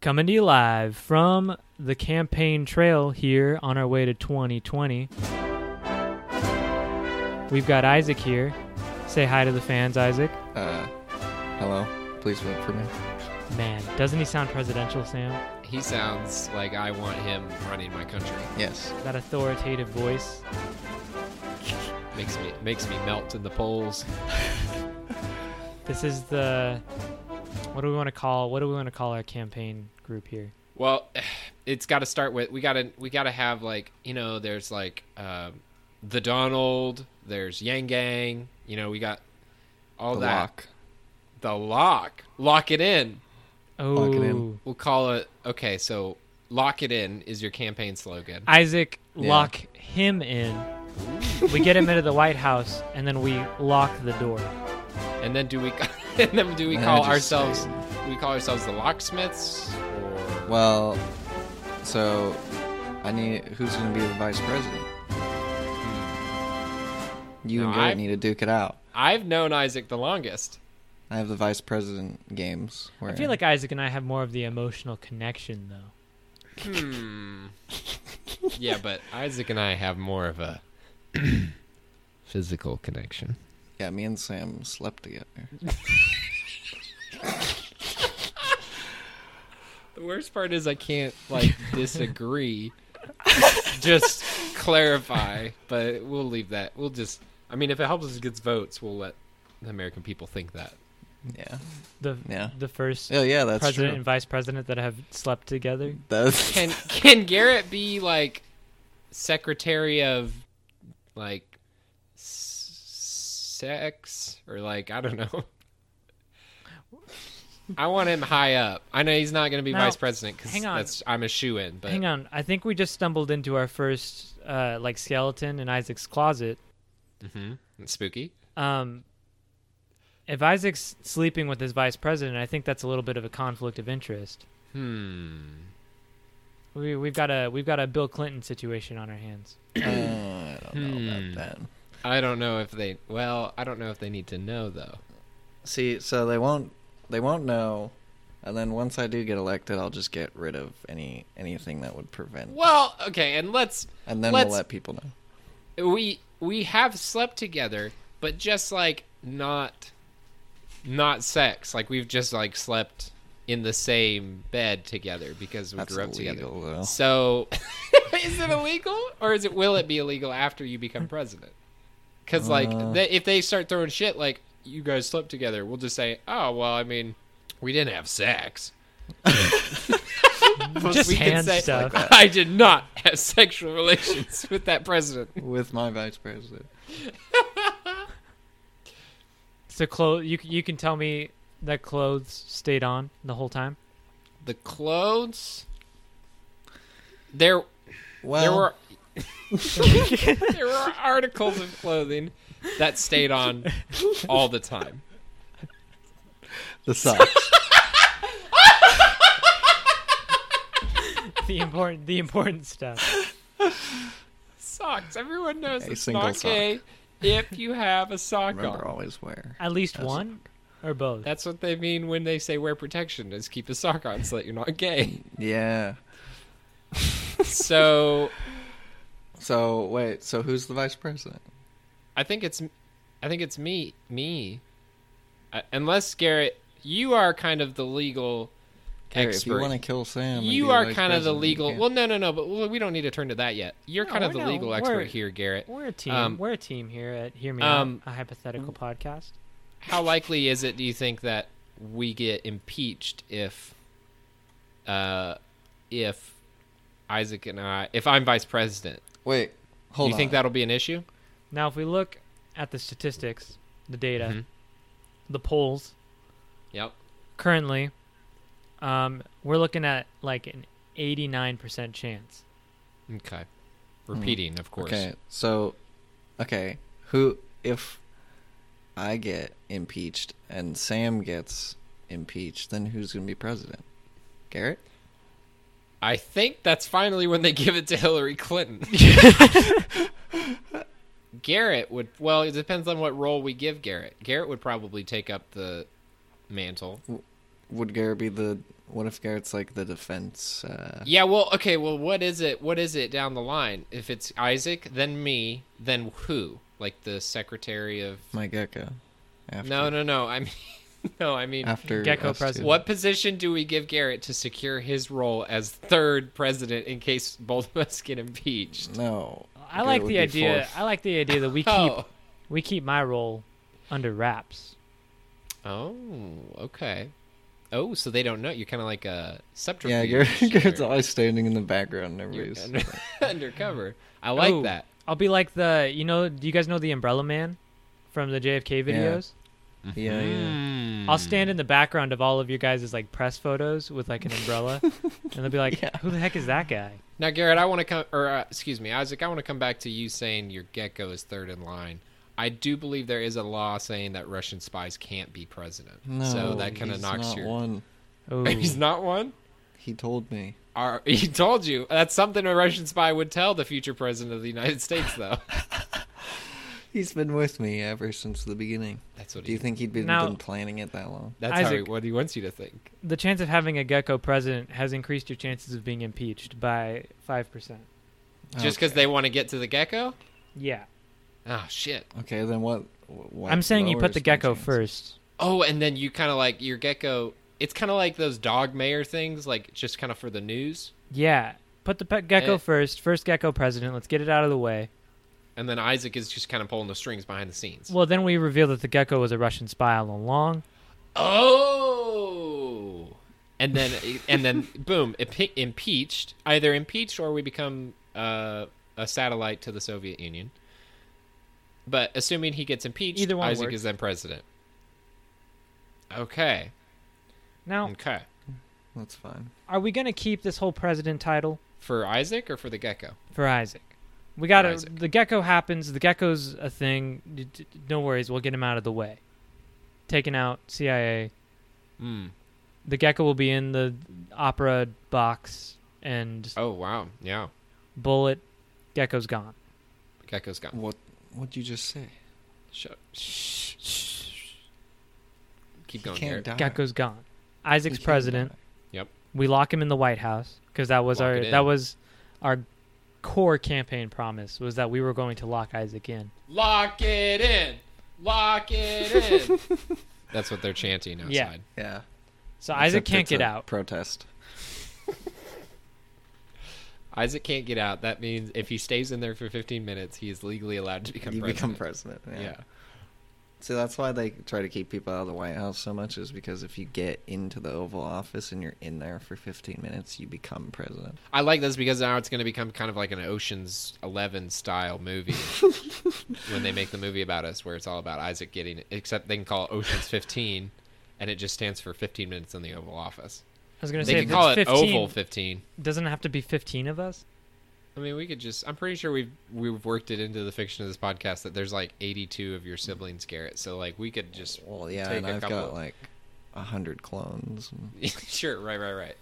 Coming to you live from the campaign trail here on our way to 2020. We've got Isaac here. Say hi to the fans, Isaac. Uh, hello. Please vote for me. Man, doesn't he sound presidential, Sam? He sounds like I want him running my country. Yes. That authoritative voice. Makes me makes me melt in the polls. This is the what do we want to call what do we want to call our campaign group here? Well, it's got to start with we got to we got to have like you know there's like um the Donald, there's Yang Gang. You know we got all the that lock. the lock lock it in. Oh, it in. We'll call it okay. So lock it in is your campaign slogan. Isaac, Yeah. lock him in. we get him into the White House, and then we lock the door. And then do we and then do we Man, I call just ourselves say- do we call ourselves the locksmiths or Well, so I need who's going to be the vice president? You No, and Garrett I- need to duke it out. I've known Isaac the longest. I have the vice president games. Where I feel like Isaac and I have more of the emotional connection, though. Hmm. yeah, but Isaac and I have more of a physical connection. yeah, me and Sam slept together. The worst part is I can't like disagree, just clarify. But we'll leave that. We'll just. I mean, if it helps us get votes, we'll let the American people think that. Yeah. The Yeah. the first Oh yeah, that's president and vice president that have slept together. true. That's Can Can Garrett be like secretary of like s- sex or like I don't know? I want him high up. I know he's not going to be Now, vice president because hang on. that's I'm a shoe in. But Hang on, I think we just stumbled into our first uh, like skeleton in Isaac's closet. Mhm. It's spooky. Um, if Isaac's sleeping with his vice president, I think that's a little bit of a conflict of interest. Hmm. We, we've got a we've got a Bill Clinton situation on our hands. Uh, I don't know Hmm. about that. I don't know if they. Well, I don't know if they need to know though. See, so they won't they won't know, and then once I do get elected, I'll just get rid of any anything that would prevent. Well, okay, and let's And then Let's- we'll let people know. we we have slept together, but just like not not sex. Like we've just like slept in the same bed together because we That's grew up illegal, together. though. So is it illegal or is it will it be illegal after you become president? Cuz like Uh. they, if they start throwing shit like you guys slept together, we'll just say, "Oh, well, I mean, we didn't have sex." Just we hand can say, stuff. I did not have sexual relations with that president. With my vice president. So clothes, you c- you can tell me that clothes stayed on the whole time. The clothes. There, Well, there were. there were articles of clothing that stayed on all the time. the socks. The important the important stuff. Socks. Everyone knows A it's single not sock. gay if you have a sock Remember, on. always wear. At least That's- one or both. That's what they mean when they say wear protection is keep a sock on so that you're not gay. Yeah. So So wait, so who's the vice president? I think it's, I think it's me, me. Uh, unless Garrett, you are kind of the legal Here, if you expert. want to kill Sam, and be you the are vice kind of the president, you legal. can't. Well, no, no, no, but we don't need to turn to that yet. You're No, kind we're of the not- legal we're- expert here, Garrett. We're a team. Um, We're a team here at Hear Me um, Out, a hypothetical mm. podcast. How likely is it? Do you think that we get impeached if, uh, if Isaac and I, if I'm vice president, wait, do hold you on. think that'll be an issue? Now, if we look at the statistics, the data, Mhm. Mm-hmm. the polls, Yep. currently, um, we're looking at like an 89% chance. Okay. Repeating, of course. Okay, so okay, who if I get impeached and Sam gets impeached, then who's going to be president? Garrett? I think that's finally when they give it to Hillary Clinton. Garrett would well, it depends on what role we give Garrett. Garrett would probably take up the mantle. would Garrett be the? What if Garrett's like the defense? Uh, Yeah, well, okay, well, what is it? What is it down the line? If it's Isaac, then me, then who? Like the secretary of? my gecko. After, No, no, no. I mean, no, I mean, After Gecko us two. president. what position do we give Garrett to secure his role as third president in case both of us get impeached? No. I like Garrett the would be idea. fourth. I like the idea that we keep Oh, we keep my role under wraps. oh, okay. Oh, so they don't know. You're kind of like a yeah, subterfuge. Garrett, Garrett's or- always standing in the background. and you're Everybody's under- undercover. I like Oh. that. I'll be like the you know do you guys know the Umbrella Man from the JFK Yeah. Mm. videos? yeah, Mm-hmm. yeah. I'll stand in the background of all of your guys' like press photos with like an umbrella, and they'll be like, "Who the heck is that guy?" Now, Garrett, I want to come, or uh, excuse me, Isaac, I want to come back to you saying your gecko is third in line. I do believe there is a law saying that Russian spies can't be president. No, so that kind of he's knocks not your. one. Oh, He's not one. He told me. Are, he told you that's something a Russian spy would tell the future president of the United States, though. He's been with me ever since the beginning. That's what Do he. you think he'd been, Now- been planning it that long? That's how he, Isaac- what he wants you to think. the chance of having a gecko president has increased your chances of being impeached by five percent. Just Oh, because they want to get to the gecko. Yeah, Oh shit. Okay, then what? what I'm saying you put lowers the my gecko chance? first. Oh, and then you kind of like your gecko. It's kind of like those dog mayor things, like just kind of for the news. Yeah, put the pet gecko Eh. first. First gecko president. Let's get it out of the way. And then Isaac is just kind of pulling the strings behind the scenes. Well, then we reveal that the gecko was a Russian spy all along. Oh. And then eh, and then boom, impe- impeached. Either impeached or we become uh, a satellite to the Soviet Union. But assuming he gets impeached, Either one Isaac works. is then president. Okay. Now, Mm. Okay. That's fine. are we gonna keep this whole president title For Isaac or for the gecko? for Isaac? We gotta. Isaac. The gecko happens. The gecko's a thing. D- d- No worries. We'll get him out of the way. Taken out. CIA. Mm. The gecko will be in the opera box and Oh wow. Yeah. bullet. Gecko's gone. Gecko's gone. What? What'd you just say? Shut. Shh. Keep He going. can't Garrett. die. Gecko's gone. He Isaac's can't president. die. We lock him in the White House because that was Lock it our in. that was our core campaign promise was that we were going to lock Isaac in. Lock it in. Lock it in. That's what they're chanting outside. Yeah. Yeah. So Isaac Except can't it's get a out. Protest. Isaac can't get out. That means if he stays in there for 15 minutes, he is legally allowed to become you become president. president. Yeah. yeah. So that's why they try to keep people out of the White House so much is because if you get into the Oval Office and you're in there for 15 minutes, you become president. I like this because now it's going to become kind of like an Ocean's 11 style movie when they make the movie about us where it's all about Isaac getting except they can call it Ocean's 15 and it just stands for 15 minutes in the Oval Office. I was gonna They say can if call it's it 15, Oval 15. doesn't it have to be fifteen of us. I mean, we could just I'm pretty sure we've we've worked it into the fiction of this podcast that there's like 82 of your siblings Garrett. So like we could just Well, yeah, Take and a I've couple got of- like a hundred clones. and- sure, right, right, right.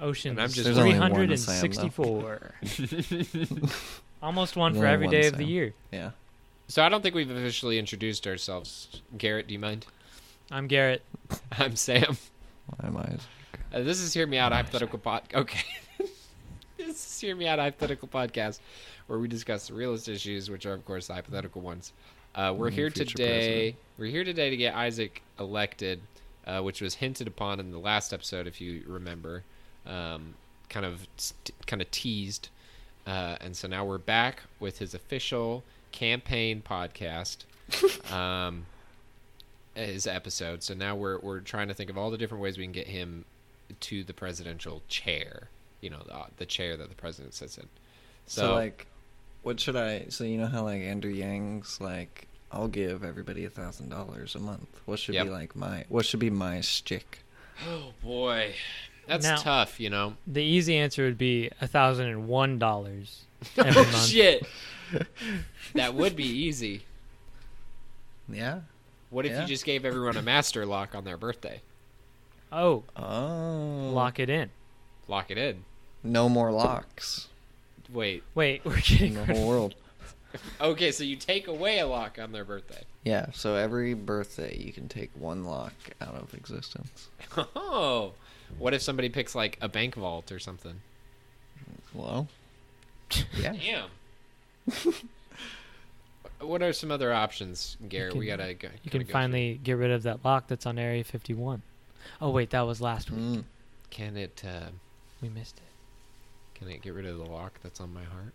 Oceans. And I'm just- There's three only one, Sam, hundred though. and sixty-four. Almost one for Only every one, day of the Sam. year. Yeah. So I don't think we've officially introduced ourselves. Garrett, do you mind? I'm Garrett. I'm Sam. Why am I? Uh, this is Hear Me Out Hypothetical Pod. Okay. this is Hear Me Out Hypothetical Podcast, where we discuss the realist issues, which are, of course, the hypothetical ones. Uh, we're Mm, here future today. president. We're here today to get Isaac elected, uh, which was hinted upon in the last episode, if you remember. Um, kind of, st- kind of teased, uh, and so now we're back with his official campaign podcast. um, his episode. So now we're we're trying to think of all the different ways we can get him to the presidential chair. You know, the, uh, the chair that the president sits in. So, So, like, what should I? So you know how like Andrew Yang's like, I'll give everybody a thousand dollars a month. What should Yep. be like my? What should be my shtick? oh boy, that's Now- tough. You know, The easy answer would be thousand and one dollars every month. Oh, shit, that would be easy. Yeah. What if Yeah. you just gave everyone a master lock on their birthday? Oh, Oh. lock it in. Lock it in. No more locks Wait, Wait, we're getting in the rid of whole world. Okay, so you take away a lock on their birthday. Yeah, so every birthday you can take one lock out of existence. Oh, what if somebody picks like a bank vault or something? Hello? Yeah. Damn. what are some other options, Gary? We can- gotta go. You can gotta go finally get rid of that lock that's on Area 51. Oh wait, that was last week. Mm. through. Can it? Uh, We missed it. can it get rid of the lock that's on my heart?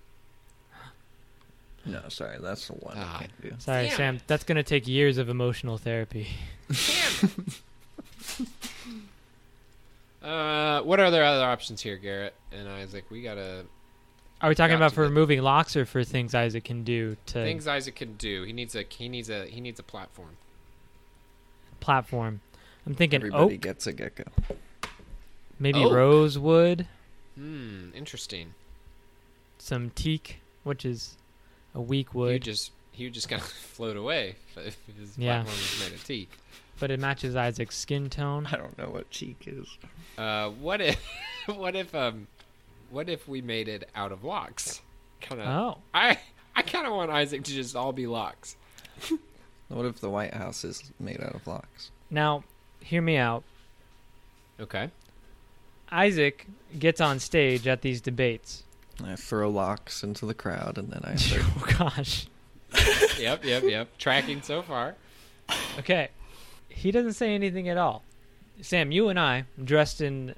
No, sorry, that's the one Ah. I can't do. Sorry, Damn Sam. it. That's gonna take years of emotional therapy. Uh, what are there other options here, Garrett and Isaac? We gotta Are we talking Got about to for get- removing locks or for things Isaac can do to things Isaac can do. He needs a he needs a he needs a platform. platform? I'm thinking Everybody oak, gets a gecko. maybe Oak. rosewood, Hmm, interesting. some teak, which is a weak You wood, just you just gonna float away if his Yeah. platform is made of teak. but it matches Isaac's skin tone. I don't know what cheek is. Uh, what if what if um what if we made it out of locks? Kind of. Oh, I I kind of want Isaac to just all be locks. What if the White House is made out of locks? now hear me out. Okay. Isaac gets on stage at these debates. I throw locks into the crowd and then I start Oh gosh. Yep. Yep. Yep. Tracking so far. Okay. He doesn't say anything at all. Sam, you and I, dressed in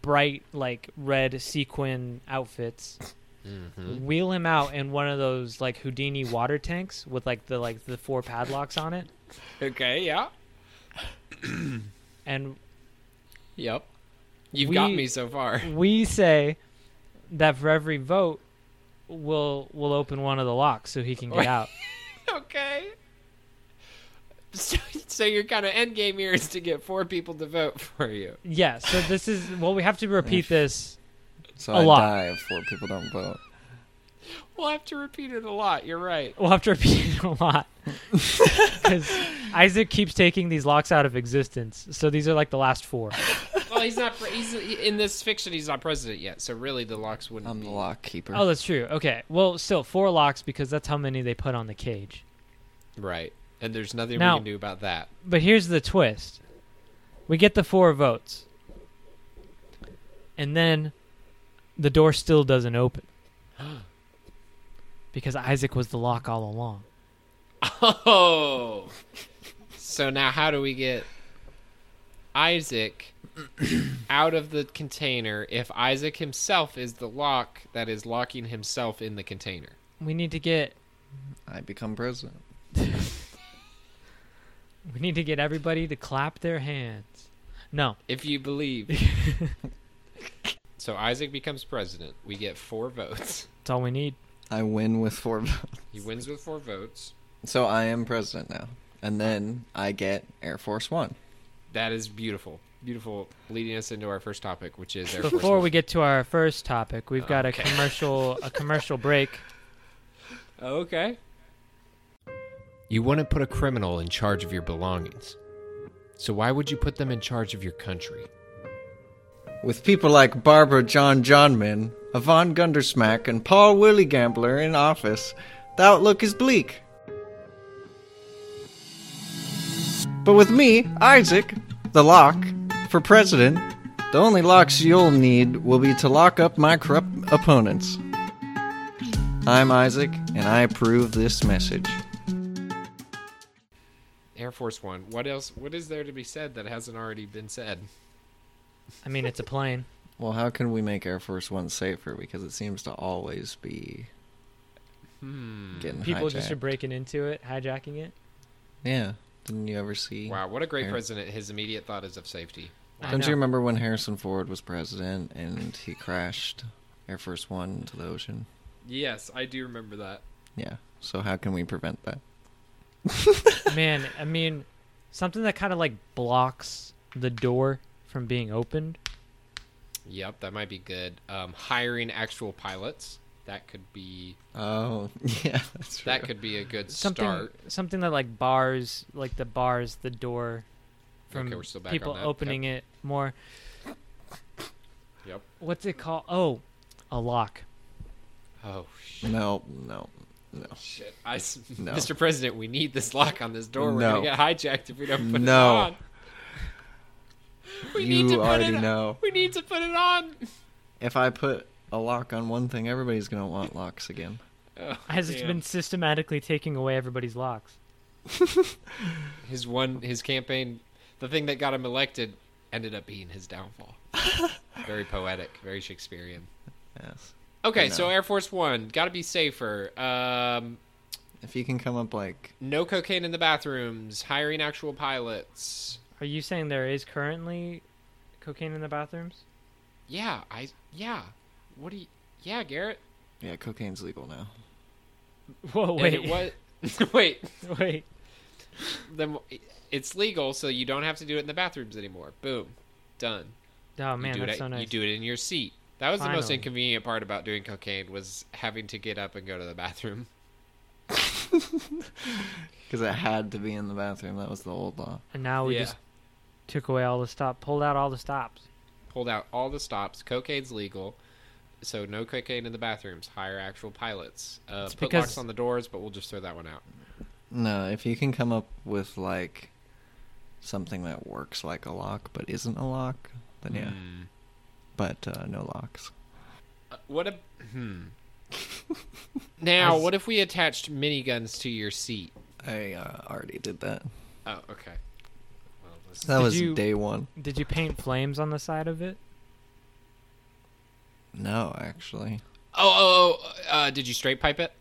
bright, like red sequin outfits, Mm-hmm. wheel him out in one of those like Houdini water tanks with like the like the four padlocks on it, Okay. Yeah. and Yep. You've got We- me so far. we say that for every vote, we'll we'll open one of the locks so he can get Wait. out. okay. So, so your kind of end game here is to get four people to vote for you. Yeah. So this is well, we have to repeat this. so A I lock. die if four people don't vote. We'll have to repeat it a lot. You're right. We'll have to repeat it a lot because Isaac keeps taking these locks out of existence. So these are like the last four. Well, he's not. pre- He's in this fiction. He's not president yet, so really the locks wouldn't I'm be. the lock keeper. Oh, that's true. Okay. Well, still four locks because that's how many they put on the cage. Right. And there's nothing Now- we can do about that. But here's the twist: we get the four votes, and then the door still doesn't open because Isaac was the lock all along. Oh. so now how do we get Isaac out of the container if Isaac himself is the lock that is locking himself in the container? We need to get I become president. we need to get everybody to clap their hands. No, If you believe. so Isaac becomes president. We get four votes. that's all we need. I win with four votes. He wins with four votes. So I am president now. And then I get Air Force One. That is beautiful. Beautiful. Leading us into our first topic, which is Air Force Before One. we get to our first topic, we've got Okay. a commercial a commercial break. Oh, Okay. You wouldn't put a criminal in charge of your belongings. So why would you put them in charge of your country? With people like Barbara John Johnman, Yvonne Gundersmack, and Paul Willie Gambler in office, the outlook is bleak. But with me, Isaac, the lock, for president, the only locks you'll need will be to lock up my corrupt opponents. I'm Isaac, and I approve this message. Air Force One. What else? What is there to be said that hasn't already been said? I mean, it's a plane. Well, how can we make Air Force One safer? Because it seems to always be getting Hmm. People just are hijacked. breaking into it, hijacking it. yeah. Didn't you ever see? Wow, what a great Air- president. His immediate thought is of safety. I Don't you know. remember when Harrison Ford was president and he crashed Air Force One into the ocean? Yes, I do remember that. Yeah. So how can we prevent that? Man, I mean, something that kind of like blocks the door from being opened. Yep, that might be good. Um, hiring actual pilots. That could be Oh, yeah, that's true. that could be a good Something, start. something that like bars, like the bars, the door from Okay, we're still back people on that. opening it more. Yep. What's it called? Oh, a lock. Oh, No, no. No. Shit, I, s- No. Mr. President, we need this lock on this door. We're No. gonna get hijacked if we don't put No. it on. We need to you put already it. know. We need to put it on. If I put a lock on one thing, everybody's gonna want locks again. Oh, Has it damn. been systematically taking away everybody's locks? his one his campaign? The thing that got him elected ended up being his downfall. very poetic, very Shakespearean. Yes. Okay, I know. so Air Force One got to be safer. Um, If you can come up like no cocaine in the bathrooms. Hiring actual pilots. Are you saying there is currently cocaine in the bathrooms? Yeah, I yeah. What do you? Yeah, Garrett. yeah, cocaine's legal now. Whoa, And wait, it was wait. wait. Then it's legal, so you don't have to do it in the bathrooms anymore. Boom, done. Oh man, you do that's it, so nice. You do it in your seat. That was the most Finally. inconvenient part about doing cocaine was having to get up and go to the bathroom. Because it had to be in the bathroom. That was the old law. And now we yeah. just took away all the stop, pulled out all the stops. Pulled out all the stops. Cocaine's legal, so no cocaine in the bathrooms. Hire actual pilots. Uh, It's put because- locks on the doors, but we'll just throw that one out. No, if you can come up with like something that works like a lock but isn't a lock, then yeah. Hmm. But uh, no locks. Uh, What a hmm. now, As- what if we attached miniguns to your seat? I uh, already did that. Oh, okay. Well, let's- That Did was you- day one. Did you paint flames on the side of it? No, actually. Oh, oh, oh uh, did you straight pipe it?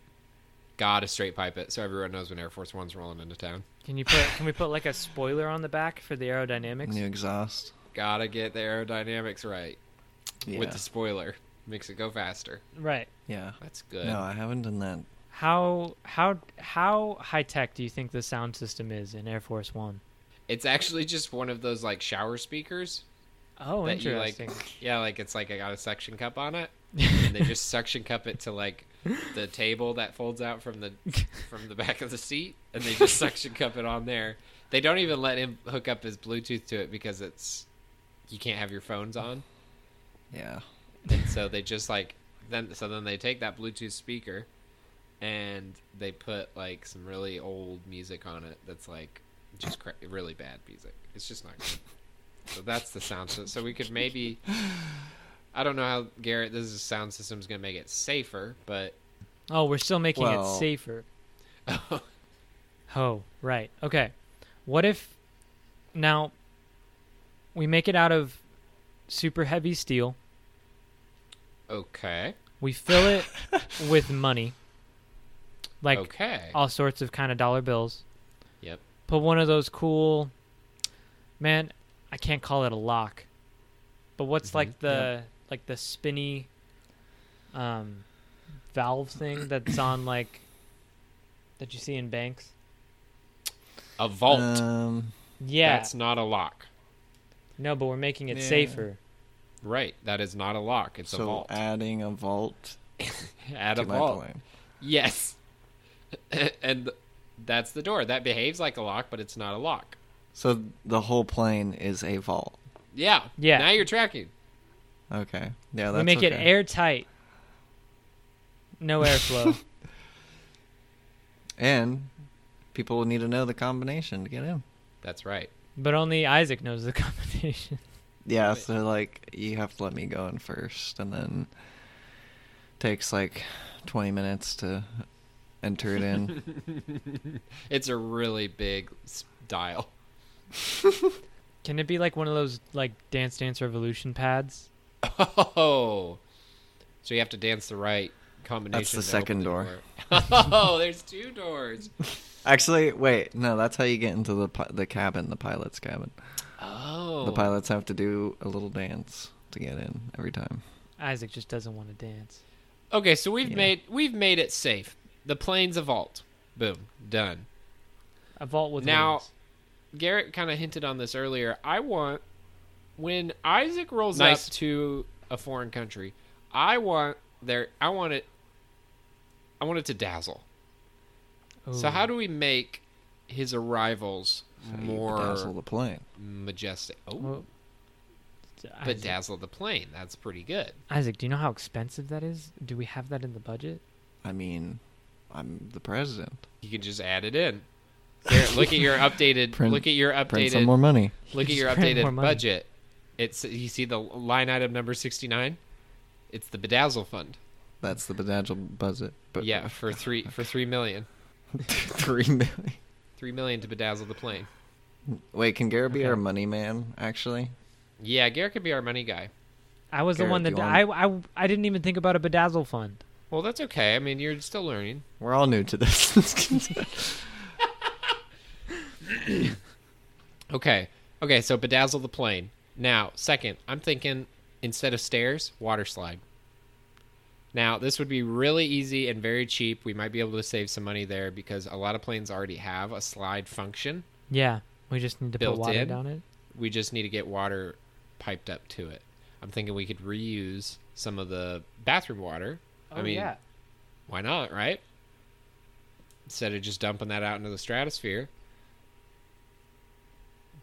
Gotta straight pipe it so everyone knows when Air Force One's rolling into town. Can you put? Can we put like a spoiler on the back for the aerodynamics? New exhaust. Gotta get the aerodynamics right Yeah. with the spoiler. Makes it go faster. Right. yeah. That's good. No, I haven't done that. How how how high tech do you think the sound system is in Air Force One? It's actually just one of those like shower speakers Oh, that you interesting. like. Yeah, like it's like I got a suction cup on it, and they just suction cup it to like the table that folds out from the from the back of the seat, and they just suction cup it on there. They don't even let him hook up his Bluetooth to it because it's you can't have your phones on. Yeah. and so they just like then so then they take that bluetooth speaker and they put like some really old music on it that's like just cra- really bad music it's just not good so that's the sound system so we could maybe i don't know how garrett this is sound system's gonna make it safer but oh, we're still making Well- it safer. Oh, right. Okay. What if now we make it out of super heavy steel? okay We fill it with money, like uh, okay all sorts of kind of dollar bills. Yep. Put one of those cool, man. I can't call it a lock, but what's Mhm, like the like the spinny, um, valve thing that's on like that you see in banks. a vault Um, Yeah. that's not a lock No, but we're making it Yeah. safer. right that is not a lock it's so a vault adding a vault add to a my vault plane. Yes. and that's the door. That behaves like a lock, but it's not a lock. So the whole plane is a vault. Yeah. Yeah. Now you're tracking. Okay. Yeah, Oh, that's we make it okay. airtight. No airflow. And people will need to know the combination to get in. That's right. but only Isaac knows the combination. Yeah, Wait. so like you have to let me go in first, and then takes like twenty minutes to enter it in. It's a really big s- dial. Can it be like one of those like Dance Dance Revolution pads? Oh. So you have to dance the right combination. the to open second the door. oh, there's two doors. Actually, wait, no, that's how you get into the pi- the cabin, the pilot's cabin. Oh. The pilots have to do a little dance to get in every time. Isaac just doesn't want to dance. Okay, so we've Yeah. made we've made it safe. The plane's a vault. Boom. Done. A vault with Now- wings. Garrett kind of hinted on this earlier. I want when Isaac rolls Nice. up to a foreign country, I want there. I want it. I want it to dazzle. So Ooh. how do we make his arrivals So you dazzle more the plane. majestic? Oh, Well, but Isaac, dazzle the plane. That's pretty good. Isaac, do you know how expensive that is? Do we have that in the budget? I mean, I'm the president. You can just add it in. Here, look at your updated. Print- look at your Print some updated. more money. look at Just your print more updated money. budget. It's you see the line item number sixty nine. It's the Bedazzle Fund. That's the bedazzle budget. But yeah, for three for three million. three million. Three million to bedazzle the plane. Wait, can Garrett be Okay. our money man? Actually, Yeah, Garrett could be our money guy. I was the Garrett, one do that you I, I I didn't even think about a bedazzle fund. Well, that's okay. I mean, you're still learning. we're all new to this. Okay. Okay, so bedazzle the plane. Now, second, I'm thinking instead of stairs, water slide. Now, this would be really easy and very cheap. We might be able to save some money there because a lot of planes already have a slide function. Yeah, we just need to Built put water in? down it. We just need to get water piped up to it. I'm thinking we could reuse some of the bathroom water. Oh, I mean, why not, right? Instead of just dumping that out into the stratosphere,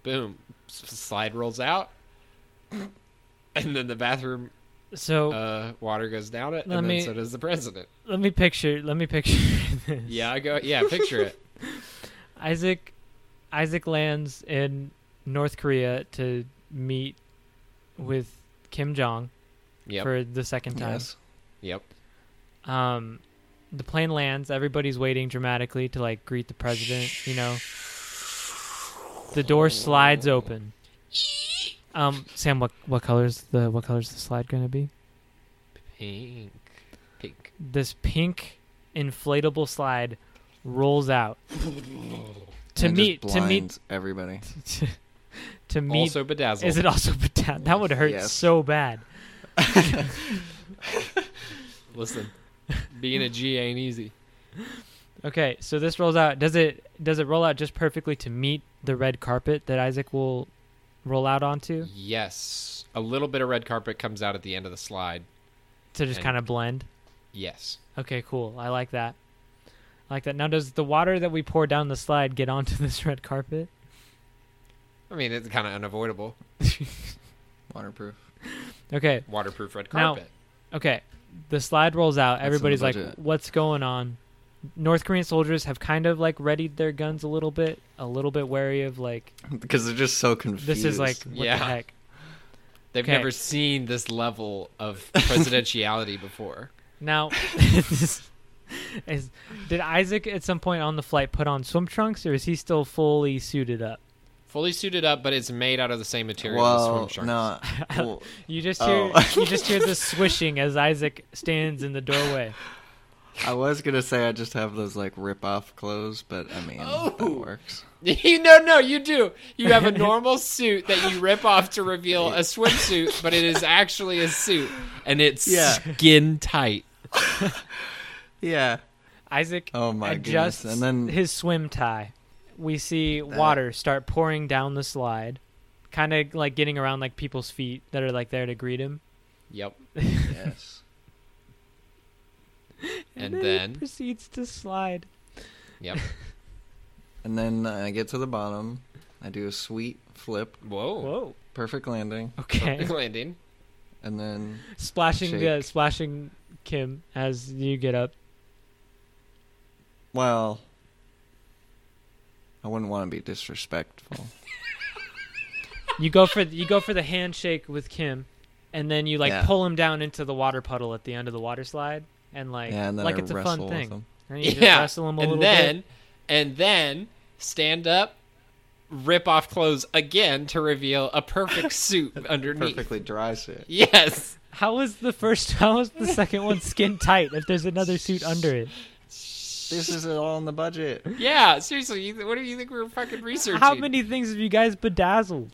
boom, s- slide rolls out, and then the bathroom So uh, water goes down it, and Oh. Let then me- so does the president. let me picture. Let me picture. This. Yeah, I go. Yeah, picture it. Isaac, Isaac lands in North Korea to meet with Kim Jong Yep, for the second time. yes. yep. Um, the plane lands. Everybody's waiting dramatically to like greet the president. You know, the door slides open. Um, Sam, what what color's the what color's the slide gonna be? Pink, pink. This pink inflatable slide rolls out to And meet just to meet blinds everybody. to, to meet. also bedazzled. is it also bedazzled? That would hurt Yes. so bad. Listen, being a G ain't easy. Okay, so this rolls out. Does it does it roll out just perfectly to meet the red carpet that Isaac will roll out onto Yes, a little bit of red carpet comes out at the end of the slide. to just And- kind of blend? Yes. Okay, cool. I like that. I like that. Now, does the water that we pour down the slide get onto this red carpet? I mean, it's kind of unavoidable. Waterproof. Okay, Waterproof red Now- carpet. okay. The slide rolls out. That's in the Everybody's like, budget. "What's going on?" North Korean soldiers have kind of like readied their guns a little bit, a little bit wary of like Because they're just so confused. this is like what Yeah. the heck. They've Okay. never seen this level of presidentiality before. Now, this is, did Isaac at some point on the flight put on swim trunks, or is he still fully suited up? Fully suited up, but it's made out of the same material well, as swim no. well, You just hear Oh. you just hear the swishing as Isaac stands in the doorway. I was gonna say I just have those like rip off clothes, but I mean that Oh. works. you no, no, you do. You have a normal suit that you rip off to reveal a swimsuit, but it is actually a suit, and it's Yeah. skin tight. Yeah. Isaac Oh my adjusts goodness. And then his swim tie. We see water start pouring down the slide, kind of like getting around like people's feet that are like there to greet him. Yep. yes. And he then- proceeds to slide. Yep. And then uh, I get to the bottom. I do a sweet flip, Whoa. Whoa. perfect landing, Okay. Landing. and then splashing the Shake. splashing Kim as you get up. well, I wouldn't want to be disrespectful. You go for you go for the handshake with Kim, and then you like Yeah. pull him down into the water puddle at the end of the water slide, and like yeah, and then like I it's a wrestle fun with thing. them. And you just yeah. wrestle him a and little then, bit. and then stand up, rip off clothes again to reveal a perfect suit underneath. Perfectly dry suit. Yes. How was the first? How was the second one skin tight? If there's another suit under it, This is it all in the budget. Yeah, seriously. You what do you think we were fucking researching? how many things have you guys bedazzled?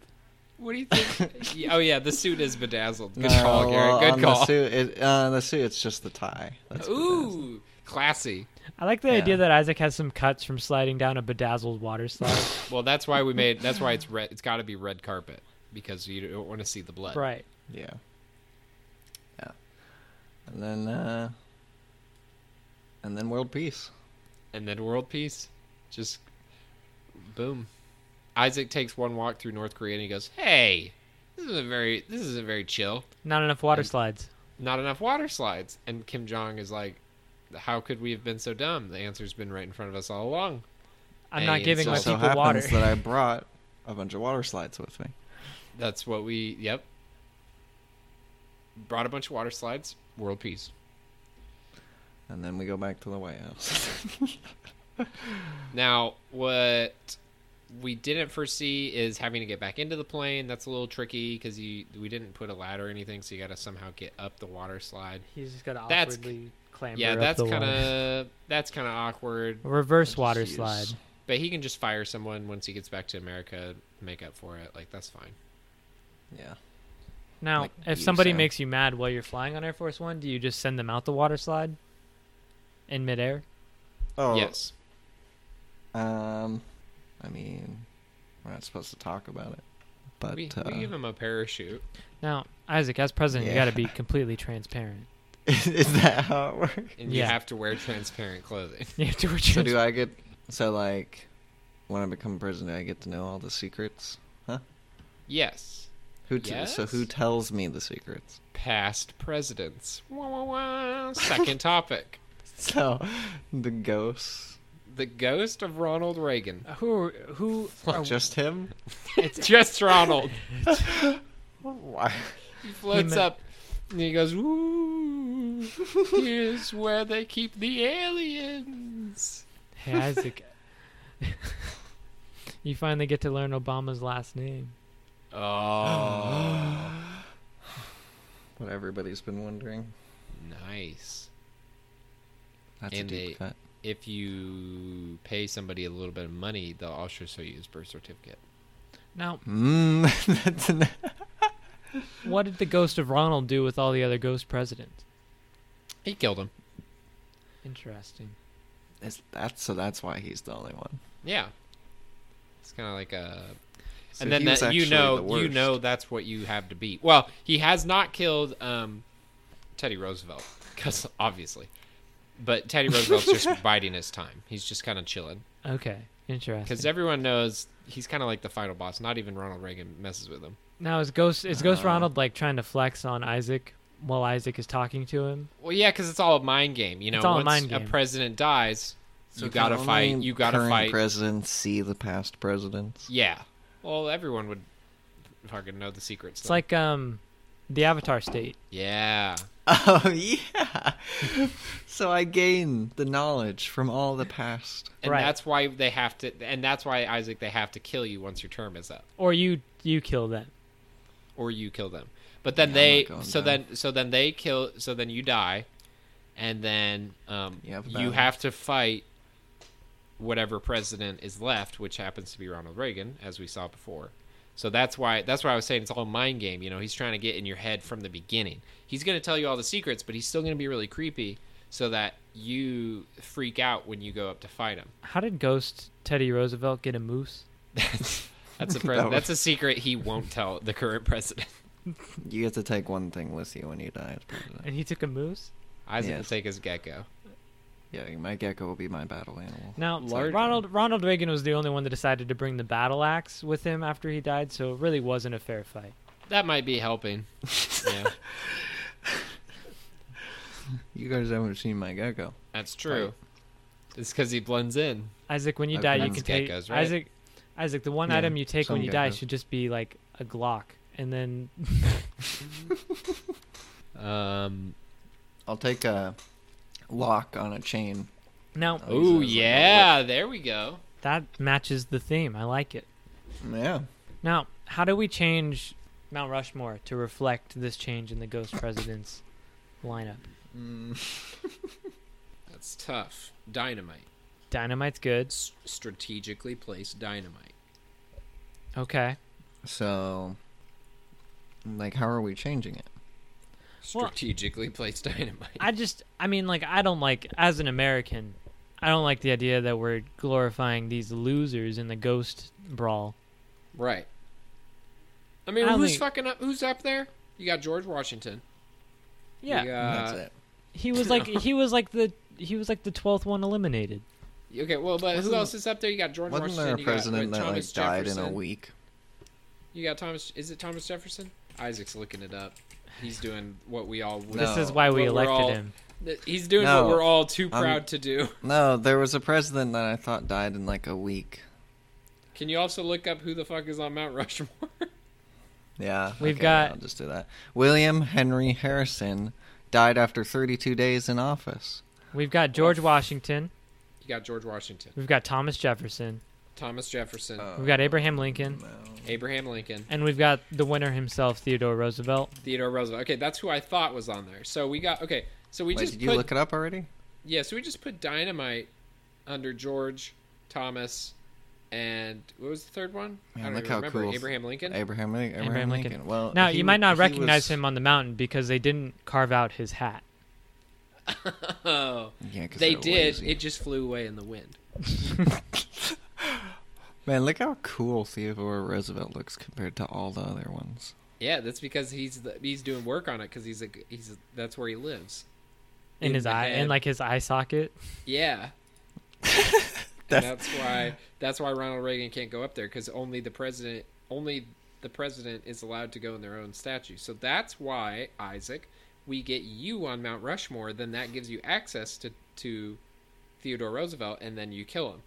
What do you think? Yeah, oh yeah, the suit is bedazzled. Good No, well, call, Garrett. Good on The call. suit, it, uh, the suit, it's just the tie. That's what it is. Ooh, classy. I like the Yeah. idea that Isaac has some cuts from sliding down a bedazzled water slide. Well, that's why we made. That's why it's red. It's got to be red carpet because you don't want to see the blood. right. Yeah. Yeah. And then uh and then world peace. And then world peace. Just boom. Isaac takes one walk through North Korea and he goes, "Hey, this is a very. This isn't very chill. Not enough water And- slides. Not enough water slides." And Kim Jong is like, how could we have been so dumb? The answer's been right in front of us all along. I'm Hey, not it's giving my also so people happens water. that I brought a bunch of water slides with me. That's what we. Yep. Brought a bunch of water slides. World peace. And then we go back to the White House. Now, what we didn't foresee is having to get back into the plane. That's a little tricky because we didn't put a ladder or anything, so you got to somehow get up the water slide. He's just gotta That's- awkwardly clamber yeah, up that's the kind water. of that's kind of awkward. reverse water Jeez. slide. But he can just fire someone once he gets back to America, make up for it. Like that's fine. Yeah. Now, Like if you, somebody Sam. makes you mad while you're flying on Air Force One, do you just send them out the water slide in midair? Oh, Yes. Um, I mean, we're not supposed to talk about it, but we, uh, we give him a parachute. Now, Isaac, as president, you Yeah. got to be completely transparent. is that how it works? And you Yeah. have to wear transparent clothing. You have to wear So trans- do I get? So like, when I become a prisoner, I get to know all the secrets. yes. Who? T- So Yes. who tells me the secrets? Past presidents. Wah, wah, wah. Second topic. So the ghosts. The ghost of Ronald Reagan. who are, who Oh. are, Just him? It's just Ronald. Why? He floats ma- up and he goes, Woo here's where they keep the aliens. Hey, Isaac. you finally get to learn Obama's last name. Oh What everybody's been wondering. nice. That's And a deep they- cut. If you pay somebody a little bit of money, they'll also show you his birth certificate. Now, Mm, that's an- what did the ghost of Ronald do with all the other ghost presidents? He killed him. Interesting. is that's so that's why he's the only one. Yeah. It's kind of like a So and then he was that you actually know the you worst. know that's what you have to beat. Well, he has not killed um, Teddy Roosevelt because obviously, but Teddy Roosevelt's just biding his time. He's just kind of chilling Okay, interesting. because everyone knows he's kind of like the final boss. Not even Ronald Reagan messes with him. now is Ghost is Ghost Uh, Ronald like trying to flex on Isaac while Isaac is talking to him? Well, yeah, because it's all a mind game. You know, It's all a once mind game. president dies, you gotta can fight. only You gotta current fight. Presidents see the past presidents. yeah. Well, everyone would fucking know the secrets. It's though. like um, the Avatar state. yeah. Oh yeah. so I gain the knowledge from all the past. And Right. that's why they have to, and that's why Isaac, they have to kill you once your term is up, Or you you kill them. or you kill them. But Yeah, then I'm they, not going so down. then, so then they kill, so then you die, and then um, You have a you battle. have to fight whatever president is left, which happens to be Ronald Reagan, as we saw before. So that's why that's why I was saying it's all a mind game. You know, he's trying to get in your head from the beginning. He's going to tell you all the secrets, but he's still going to be really creepy, so that you freak out when you go up to fight him. How did Ghost Teddy Roosevelt get a moose? That's that's a That pres- was- that's a secret he won't tell the current president. You get to take one thing with you when you die as president. And he took a moose. Isaac will Yes. take his gecko. Yeah, my gecko will be my battle animal. Now, Large- Ronald Ronald Reagan was the only one that decided to bring the battle axe with him after he died, so it really wasn't a fair fight. That might be helping. Yeah, You guys haven't seen my gecko. that's true. It's because he blends in. Isaac, when you I've die, you been- can That's take geckos, right? Isaac. Isaac, the one Yeah, item you take when some you die geckos. should just be like a Glock, and then Um. I'll take a lock on a chain. now Oh, Oh he's- yeah, there we go. that matches the theme. I like it. Yeah. Now, how do we change Mount Rushmore to reflect this change in the Ghost President's lineup? Mm. That's tough. Dynamite. Dynamite's good. S- strategically placed dynamite. Okay. So, like, how are we changing it? Well- Strategically placed dynamite. I just, I mean, like, I don't like, as an American, I don't like the idea that we're glorifying these losers in the Ghost Brawl. Right. I mean, I don't who's think- fucking up? Who's up there? You got George Washington. Yeah, You got- That's it. he was like, he was like the, he was like the twelfth one eliminated. Okay, well, but who Wasn't- else is up there? You got George Wasn't there Washington. a you got, president that what, like Thomas died in a Jefferson. week? You got Thomas. Is it Thomas Jefferson? Isaac's looking it up. He's doing what we all. would- No. This is why we But we're elected all- him. He's doing No, what we're all too I'm- proud to do. No, there was a president that I thought died in like a week. Can you also look up who the fuck is on Mount Rushmore? Yeah, We've okay, got- I'll just do that. William Henry Harrison died after 32 days in office. We've got George Washington. You got George Washington, We've got Thomas Jefferson. Thomas Jefferson, Um. Oh, We've got Abraham Lincoln. Abraham Lincoln, And we've got the winner himself, Theodore Roosevelt. Theodore Roosevelt. Okay, that's who I thought was on there. So we got okay. So we Wait, just did you put look it up already? yeah. So we just put dynamite under George Thomas, and what was the third one? Man, I don't look even how remember. cool- Abraham Lincoln. Abraham, Lin- Abraham, Abraham Lincoln. Lincoln. Well, Now, he- you might not he recognize was- him on the mountain because they didn't carve out his hat. oh, Yeah, 'cause they they're did. lazy. It just flew away in the wind. Man, look how cool Theodore Roosevelt looks compared to all the other ones. Yeah, that's because he's the, he's doing work on it because he's a g- he's a, that's where he lives. In, In his the eye, in head. like his eye socket. Yeah. And that's why that's why Ronald Reagan can't go up there because only the president only the president is allowed to go in their own statue. So that's why Isaac, we get you on Mount Rushmore. Then that gives you access to to Theodore Roosevelt, and then you kill him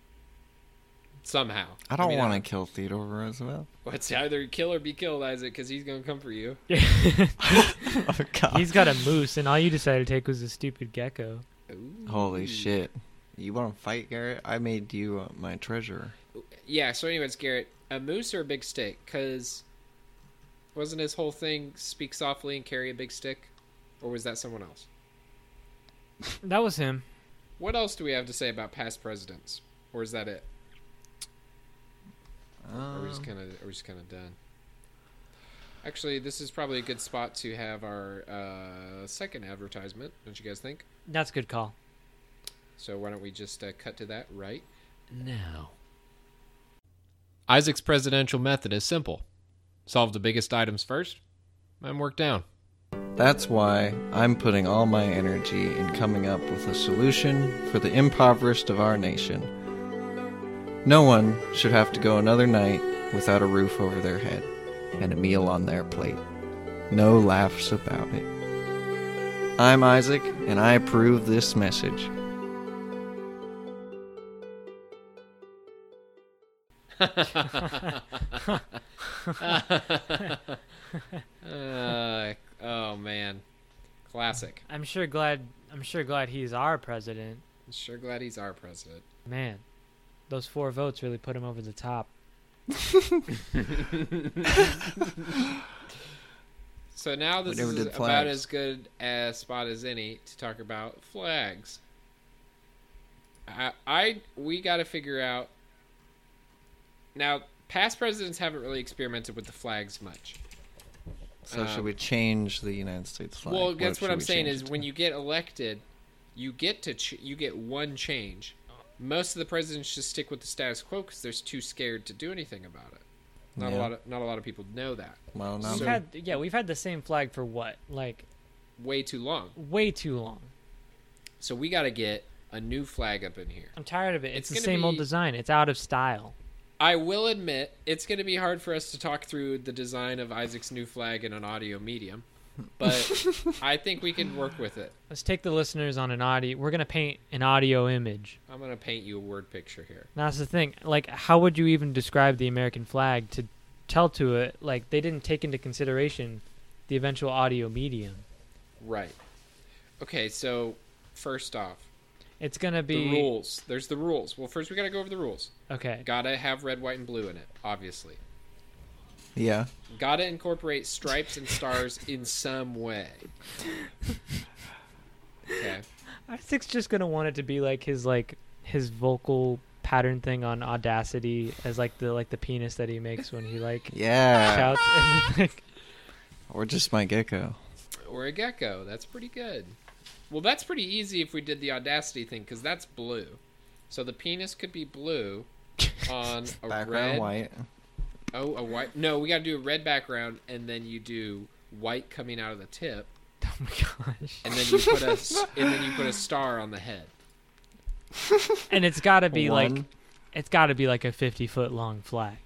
somehow. I don't mean, want to kill Theodore Roosevelt. It's either kill or be killed, Isaac, because he's gonna come for you. Oh, God. He's got a moose, and all you decided to take was a stupid gecko. Ooh. Holy shit. You want to fight, Garrett? I made you uh, my treasurer. Yeah. So, anyways, Garrett, a moose or a big stick? Because wasn't his whole thing speak softly and carry a big stick, or was that someone else? That was him. What else do we have to say about past presidents, or is that it? Or are we Um. just kind of are we just kind of done? Actually, this is probably a good spot to have our uh, second advertisement. Don't you guys think? That's a good call. So why don't we just uh, cut to that right now? Isaac's presidential method is simple: solve the biggest items first, then work down. That's why I'm putting all my energy in coming up with a solution for the impoverished of our nation. No one should have to go another night without a roof over their head and a meal on their plate. No laughs about it. I'm Isaac, and I approve this message. Uh, oh man, classic. I'm sure glad. I'm sure glad he's our president. Sure glad he's our president. Man, those four votes really put him over the top. So now this never is did about flags. as good a spot as any to talk about flags. I, I we got to figure out. Now, past presidents haven't really experimented with the flags much. So, Um, should we change the United States flag? well, that's what should I'm we saying change is it to? when you get elected, you get to ch- you get one change. Most of the presidents just stick with the status quo because they're too scared to do anything about it. Not Yeah. a lot of not a lot of people know that. Well, now- We've So- had yeah, we've had the same flag for what like Way too long. way too long. So we got to get a new flag up in here. I'm tired of it. It's, It's the gonna same old be- design. It's out of style. I will admit it's going to be hard for us to talk through the design of Isaac's new flag in an audio medium, but I think we can work with it. Let's take the listeners on an audio. We're gonna paint an audio image. I'm going to paint you a word picture here. And that's the thing. Like, how would you even describe the American flag to tell to it? Like, they didn't take into consideration the eventual audio medium. Right. Okay, so first off, It's gonna the be rules. There's the rules. Well, first we got to go over the rules. okay. Got to have red, white, and blue in it, obviously. yeah. Got to incorporate stripes and stars in some way. Okay. Isaac's just gonna want it to be like his like his vocal pattern thing on Audacity as like the like the penis that he makes when he like Yeah. shouts. And, like, Or just my gecko. or a gecko. That's pretty good. Well, that's pretty easy if we did the audacity thing because that's blue. So the penis could be blue on a Background red. white. Oh, a white. No, we got to do a red background, and then you do white coming out of the tip, oh my gosh! and then you put a s- and then you put a star on the head. And it's gotta be like One. it's gotta be like a fifty foot long flag.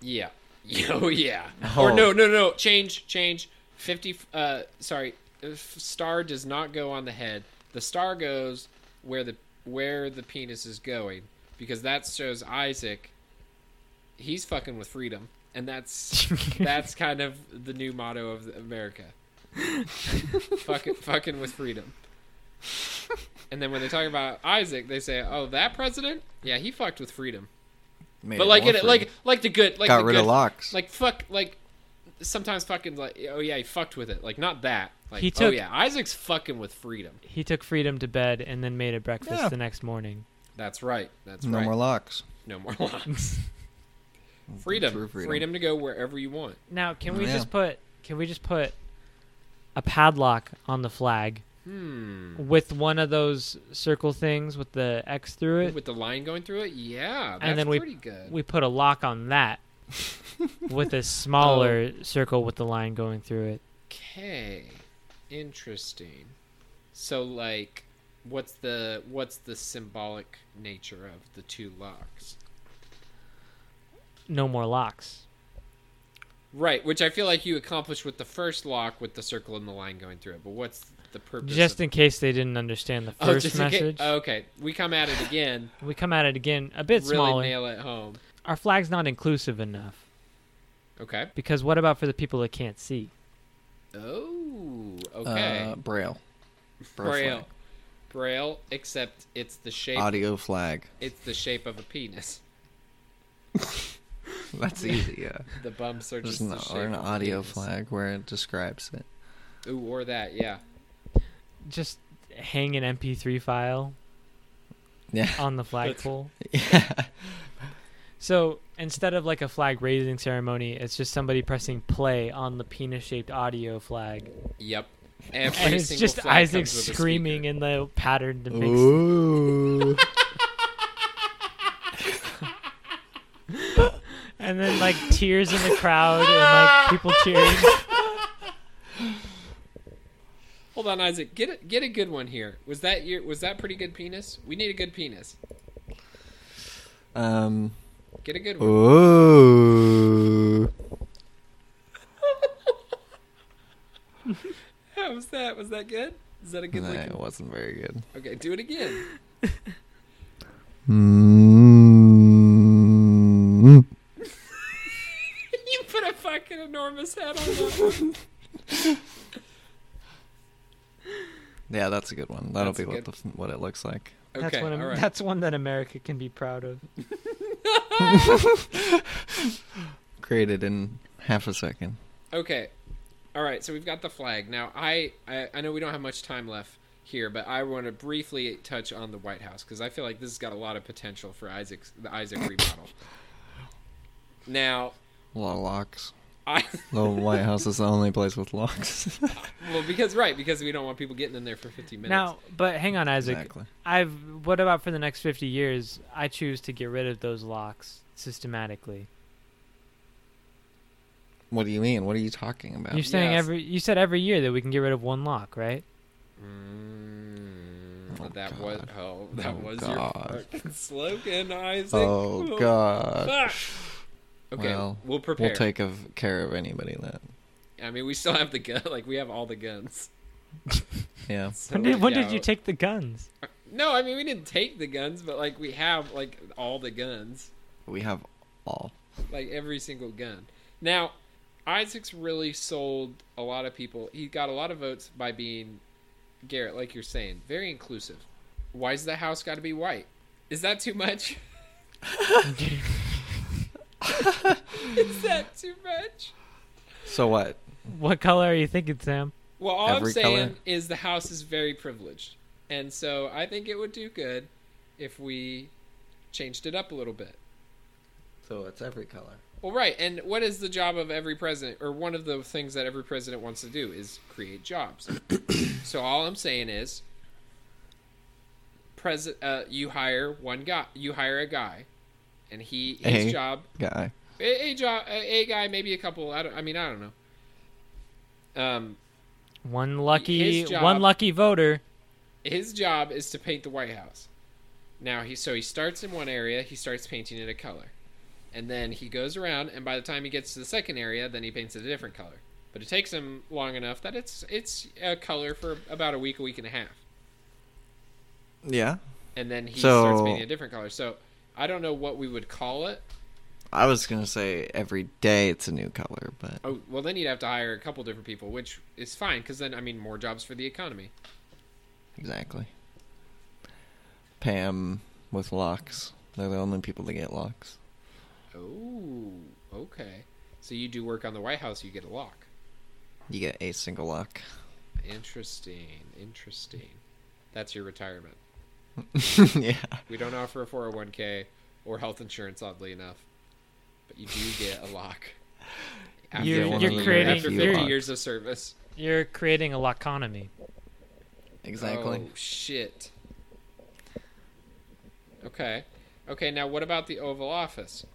Yeah. Oh yeah. Oh. Or no, no, no. Change, change. Fifty. Uh, sorry. If Star does not go on the head. The star goes where the where the penis is going because that shows Isaac he's fucking with freedom, and that's that's kind of the new motto of America. fucking fucking with freedom. And then when they talk about Isaac, they say, "Oh, that president? Yeah, he fucked with freedom." Made But like more in it, free. like like the good, like got the rid good, of locks. like fuck, like sometimes fucking like oh yeah, he fucked with it. Like not that. Like He oh took- yeah, Isaac's fucking with freedom. He took freedom to bed and then made a breakfast Yeah. the next morning. That's right. That's no right. more locks. no more locks. freedom. True freedom, freedom. to go wherever you want. Now, can we Yeah. just put can we just put a padlock on the flag Hmm. Mm. with one of those circle things with the X through it? With the line going through it, yeah, that's And then we- pretty good. We put a lock on that with a smaller Oh. circle with the line going through it. Okay, interesting. So, like, what's the what's the symbolic nature of the two locks? No more locks. Right, which I feel like you accomplished with the first lock with the circle and the line going through it. But what's the purpose? Just of, in case they didn't understand the Oh, first just in ca- message, okay, we come at it again. we come at it again a bit really smaller. nail it home. Our flag's not inclusive enough Okay. because what about for the people that can't see? Oh, okay. Uh, braille. Braille. flag. Braille, except it's the shape. Audio flag. It's the shape of a penis. That's easy. Yeah. The bumps are There's an, just the shape or an of a audio penis. flag where it describes it. Ooh, or that, yeah. Just hang an MP3 file Yeah. on the That's- flagpole. yeah. So instead of like a flag raising ceremony, it's just somebody pressing play on the penis shaped audio flag. Yep. Every and it's single just flag Isaac comes with a screaming speaker. in the pattern to mix. Ooh. And then like tears in the crowd and Ah! like people cheering. Hold on, Isaac. Get a, get a good one here. Was that your was that pretty good penis? We need a good penis. um. Get a good one. Ooh. How was that? Was that good? Is that a good Nah, looking? it wasn't very good. Okay, do it again. Mm-hmm. Mm. you put a fucking enormous head on that one. Yeah, that's a good one. That'll That's be a what good- the, f- what it looks like. Okay, That's one. all right. That's one that America can be proud of. Created in half a second. Okay. All right, so we've got the flag. Now, I, I, I know we don't have much time left here, but I want to briefly touch on the White House because I feel like this has got a lot of potential for Isaac's the Isaac remodel. now, A lot of locks. I The White House is the only place with locks. well because right because we don't want people getting in there for 15 minutes. Now, but hang on, Isaac. exactly. I've. What about for the next fifty years? I choose to get rid of those locks systematically. What do you mean? What are you talking about? You're saying Oh, Yes. every. You said every year that we can get rid of one lock, right? Mm, Oh, that God. was oh, that Oh, was your God. fucking slogan, Isaac. oh God. Fuck. Okay, Well, we'll prepare. We'll take of care of anybody that. I mean, we still have the gun. Like we have all the guns. Yeah. So, When did, like, when yeah, did you take the guns? No, I mean we didn't take the guns, but like we have like all the guns, We have all. like every single gun. Now, Isaac's really sold a lot of people. He got a lot of votes by being Garrett, like you're saying, very inclusive. Why's the house got to be white? Is that too much? Is that too much? So what? What color are you thinking, Sam? Well, all I'm Every saying color. is the house is very privileged, and so I think it would do good if we changed it up a little bit. So it's every color. Well, right. And what is the job of every president, or one of the things that every president wants to do, is create jobs. so all I'm saying is, pres- uh, you hire one guy, you hire a guy, and he his A. job, Guy. a, a job, a, a guy, maybe a couple. I, don't, I mean, I don't know. Um, One lucky, His job- one lucky voter. his job is to paint the White House. Now he so he starts in one area, he starts painting it a color. And then he goes around and by the time he gets to the second area, then he paints it a different color. But it takes him long enough that it's it's a color for about a week, a week and a half. Yeah. and then he So- starts painting a different color. So I don't know what we would call it. I was gonna say every day it's a new color, but Oh, well, then you'd have to hire a couple different people, which is fine because then I mean more jobs for the economy. exactly. Pam with locks. They're the only people that get locks. Oh, okay. So you do work on the White House, you get a lock. You get a single lock. Interesting, interesting. That's your retirement. yeah. We don't offer a 401k or health insurance, oddly enough, but you do get a lock. After, You're- one you're year- creating- after you're- 50 years of service. You're creating a loconomy. Exactly. Oh shit. Okay. Okay, now what about the Oval Office?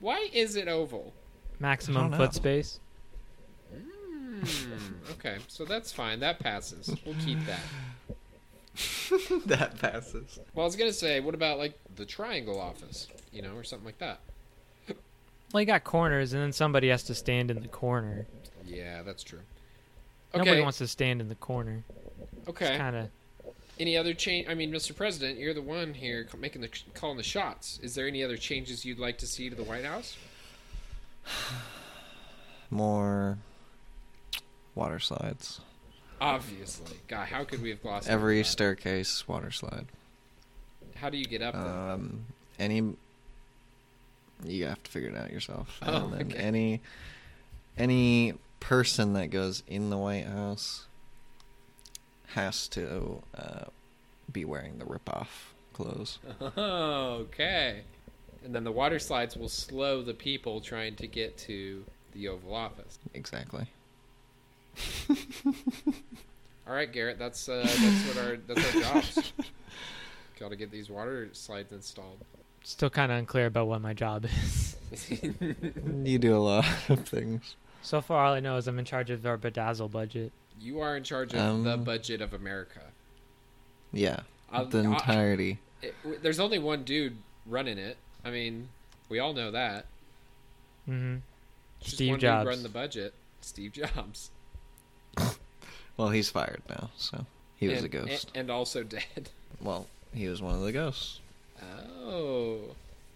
Why is it oval? I Maximum don't know. foot space. Hmm, okay, so that's fine. That passes. We'll keep that. Oh. that passes. Well, I was gonna say, what about like the Triangle Office, you know, or something like that? Well, you got corners, and then somebody has to stand in the corner. Yeah, that's true. Nobody Okay. wants to stand in the corner. Okay. Kind of. Any other change? I mean, Mr. President, you're the one here c- making the c- calling the shots. Is there any other changes you'd like to see to the White House? More water slides. Obviously, God, how could we have glossed over Every that? staircase water slide. How do you get up? there? Um, any you have to figure it out yourself. Oh, and then okay. any any person that goes in the White House has to uh, be wearing the ripoff clothes. Okay. And then the water slides will slow the people trying to get to the Oval Office. Exactly. All right, Garrett, that's uh, that's what our that's our jobs. Got to get these water slides installed. Still kind of unclear about what my job is. You do a lot of things. so far, all I know is I'm in charge of our bedazzle budget. you are in charge of Um, the budget of America. Yeah, I'll- the I'll- entirety. It, w- there's only one dude running it. I mean, we all know that. Mm-hmm. hmm It's just Steve one Jobs. Dude run the budget. Steve Jobs. Well, he's fired now, so he was and, a ghost. And, and also dead. well, he was one of the ghosts. Oh.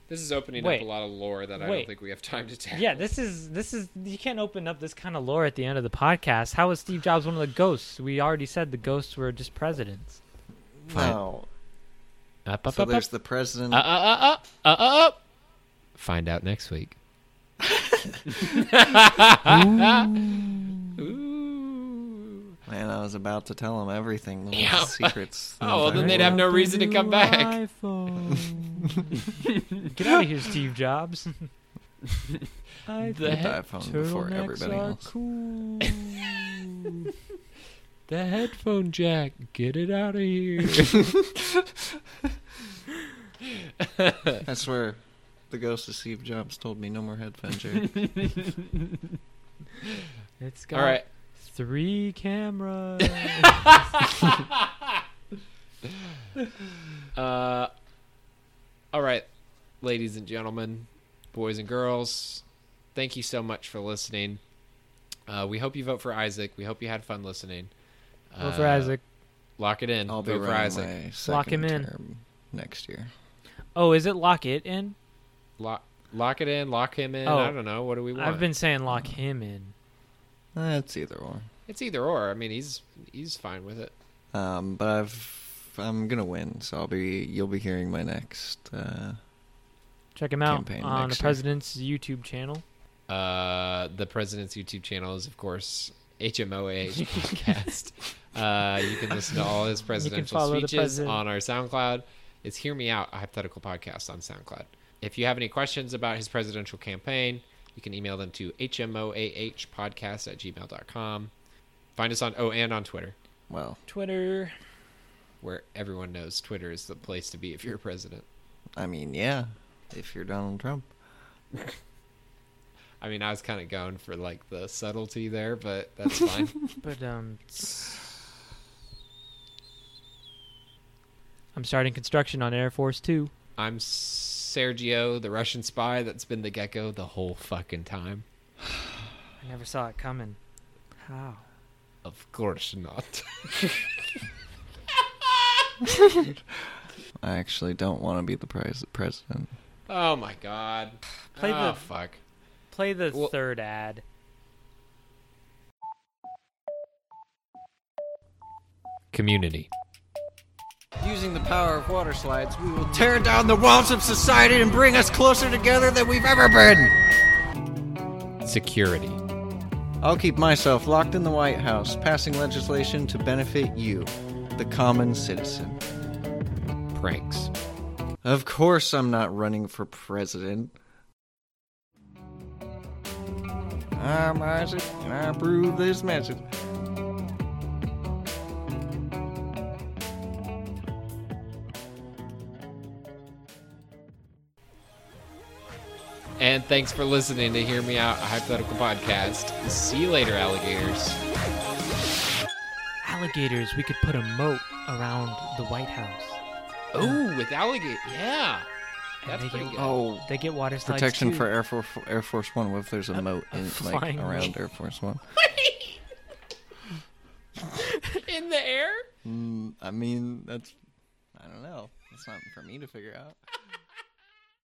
This is opening Wait. up a lot of lore that I don't Wait. think we have time to tackle. Yeah, this is this is you can't open up this kind of lore at the end of the podcast. How is Steve Jobs one of the ghosts? We already said the ghosts were just presidents. Fine. Wow. Up, So there's the president. Uh, uh, uh, uh, uh, uh. Find out next week. Ooh. Man, I was about to tell him everything. The little Yeah. secrets. Oh, well, then they'd have no reason to come back. Get out of here, Steve Jobs. The Get the head- iPhone before everybody else. cool. the headphone jack. Get it out of here. I swear, the ghost of Steve Jobs told me no more headphone jack. It's got All right. three cameras. Uh, all right, ladies and gentlemen, boys and girls, thank you so much for listening. Uh, we hope you vote for Isaac. We hope you had fun listening. Go for Uh, Isaac. Lock it in. I'll be vote for running Isaac. my second Lock him in. term next year. Oh, is it lock it in? Lock, lock it in. Lock him in. Oh. I don't know. What do we want? I've been saying lock him in. That's either or. It's either or. I mean, he's he's fine with it. Um, but I've I'm gonna win, so I'll be you'll be hearing my next. Uh, Check him out Campaign on the next year. president's YouTube channel. Uh, the president's YouTube channel is, of course, HMOA podcast. uh, you can listen to all his presidential follow the speeches president. on our SoundCloud. It's Hear Me Out, a hypothetical podcast on SoundCloud. If you have any questions about his presidential campaign, you can email them to hmoahpodcast at gmail.com. Find us on, oh, and on Twitter, well, Twitter. where everyone knows Twitter is the place to be if you're a president. I mean, yeah, if you're Donald Trump, I mean, I was kind of going for like the subtlety there, but that's fine. But um I'm starting construction on Air Force 2. I'm Sergio, the Russian spy that's been the gecko the whole fucking time. I never saw it coming. How? Of course not. I actually don't want to be the pres- president. Oh my god. Play oh, the- fuck. Play the Well- third ad. Community. Using the power of water slides, we will tear down the walls of society and bring us closer together than we've ever been. Security. I'll keep myself locked in the White House, passing legislation to benefit you, the common citizen. Pranks. Of course, I'm not running for president. I'm Isaac, and Ah, I approve this message. And thanks for listening to Hear Me Out, a hypothetical podcast. See you later, alligators. Alligators, we could put a moat around the White House. Oh, with alligator. Yeah. And That's they pretty get- good. Oh, They get water slides protection too. for Air Force Air Force One. What if there's a moat a in, like flying around moat. Air Force One? In the air? Mm, I mean, that's I don't know. That's not for me to figure out.